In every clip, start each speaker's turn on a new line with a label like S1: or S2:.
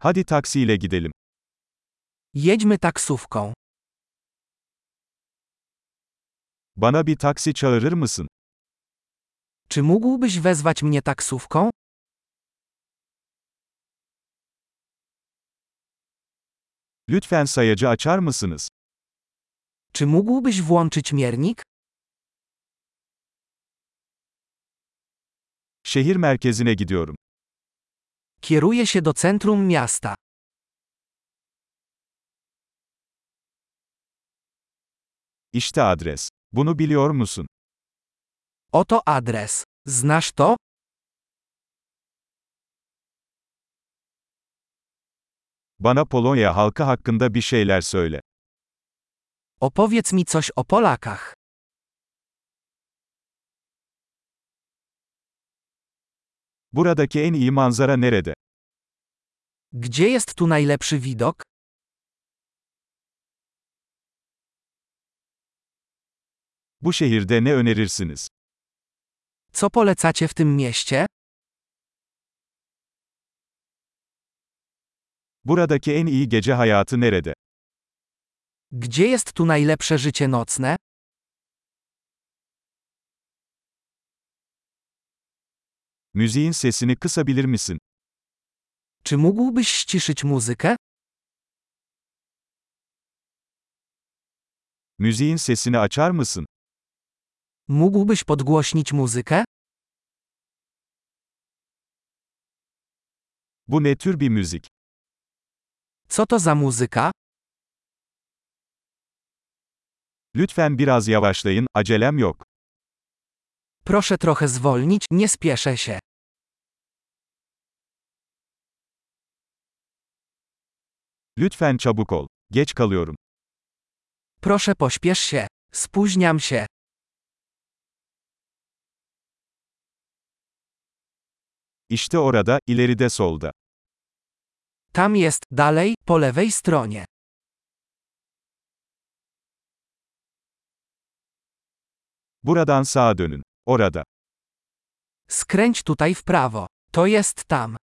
S1: Hadi taksiyle gidelim.
S2: Jedźmy taksówką.
S1: Bana bir taksi çağırır mısın?
S2: Czy mógłbyś wezwać mnie taksówką?
S1: Lütfen sayacı açar mısınız?
S2: Czy mógłbyś włączyć miernik?
S1: Şehir merkezine gidiyorum.
S2: Kieruję się do centrum miasta.
S1: İşte adres. Bunu biliyor musun?
S2: Oto adres. Znasz to?
S1: Bana Polonya halkı hakkında bir şeyler söyle.
S2: Opowiedz mi coś o Polakach.
S1: Buradaki en iyi manzara nerede?
S2: Gdzie jest tu najlepszy widok?
S1: Bu şehirde ne önerirsiniz?
S2: Co polecacie w tym mieście?
S1: Buradaki en iyi gece hayatı nerede?
S2: Gdzie jest tu najlepsze życie nocne?
S1: Müziğin sesini kısabilir misin?
S2: Czy mógłbyś ściszyć muzykę?
S1: Müziğin sesini açar mısın?
S2: Mógłbyś podgłośnić muzykę?
S1: Bu ne tür bir müzik?
S2: Co to za muzyka?
S1: Lütfen biraz yavaşlayın, acelem yok.
S2: Proszę trochę zwolnić, nie spieszę się.
S1: Lütfen çabuk ol. Geç kalıyorum.
S2: Proszę pośpiesz się. Spóźniam się.
S1: İşte orada, ileride solda.
S2: Tam jest, dalej, po lewej stronie.
S1: Buradan sağa dönün. Orada.
S2: Skręć tutaj w prawo. To jest tam.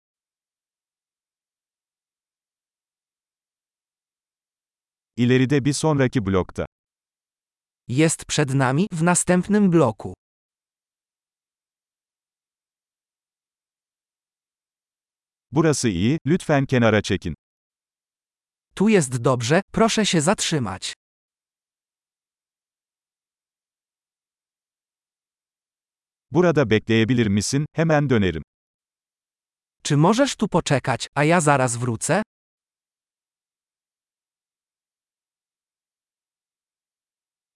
S1: İleride bir sonraki blokta.
S2: Jest przed nami, w następnym bloku.
S1: Burası iyi, lütfen kenara çekin.
S2: Tu jest dobrze, proszę się zatrzymać.
S1: Burada bekleyebilir misin? Hemen dönerim.
S2: Czy możesz tu poczekać, a ja zaraz wrócę?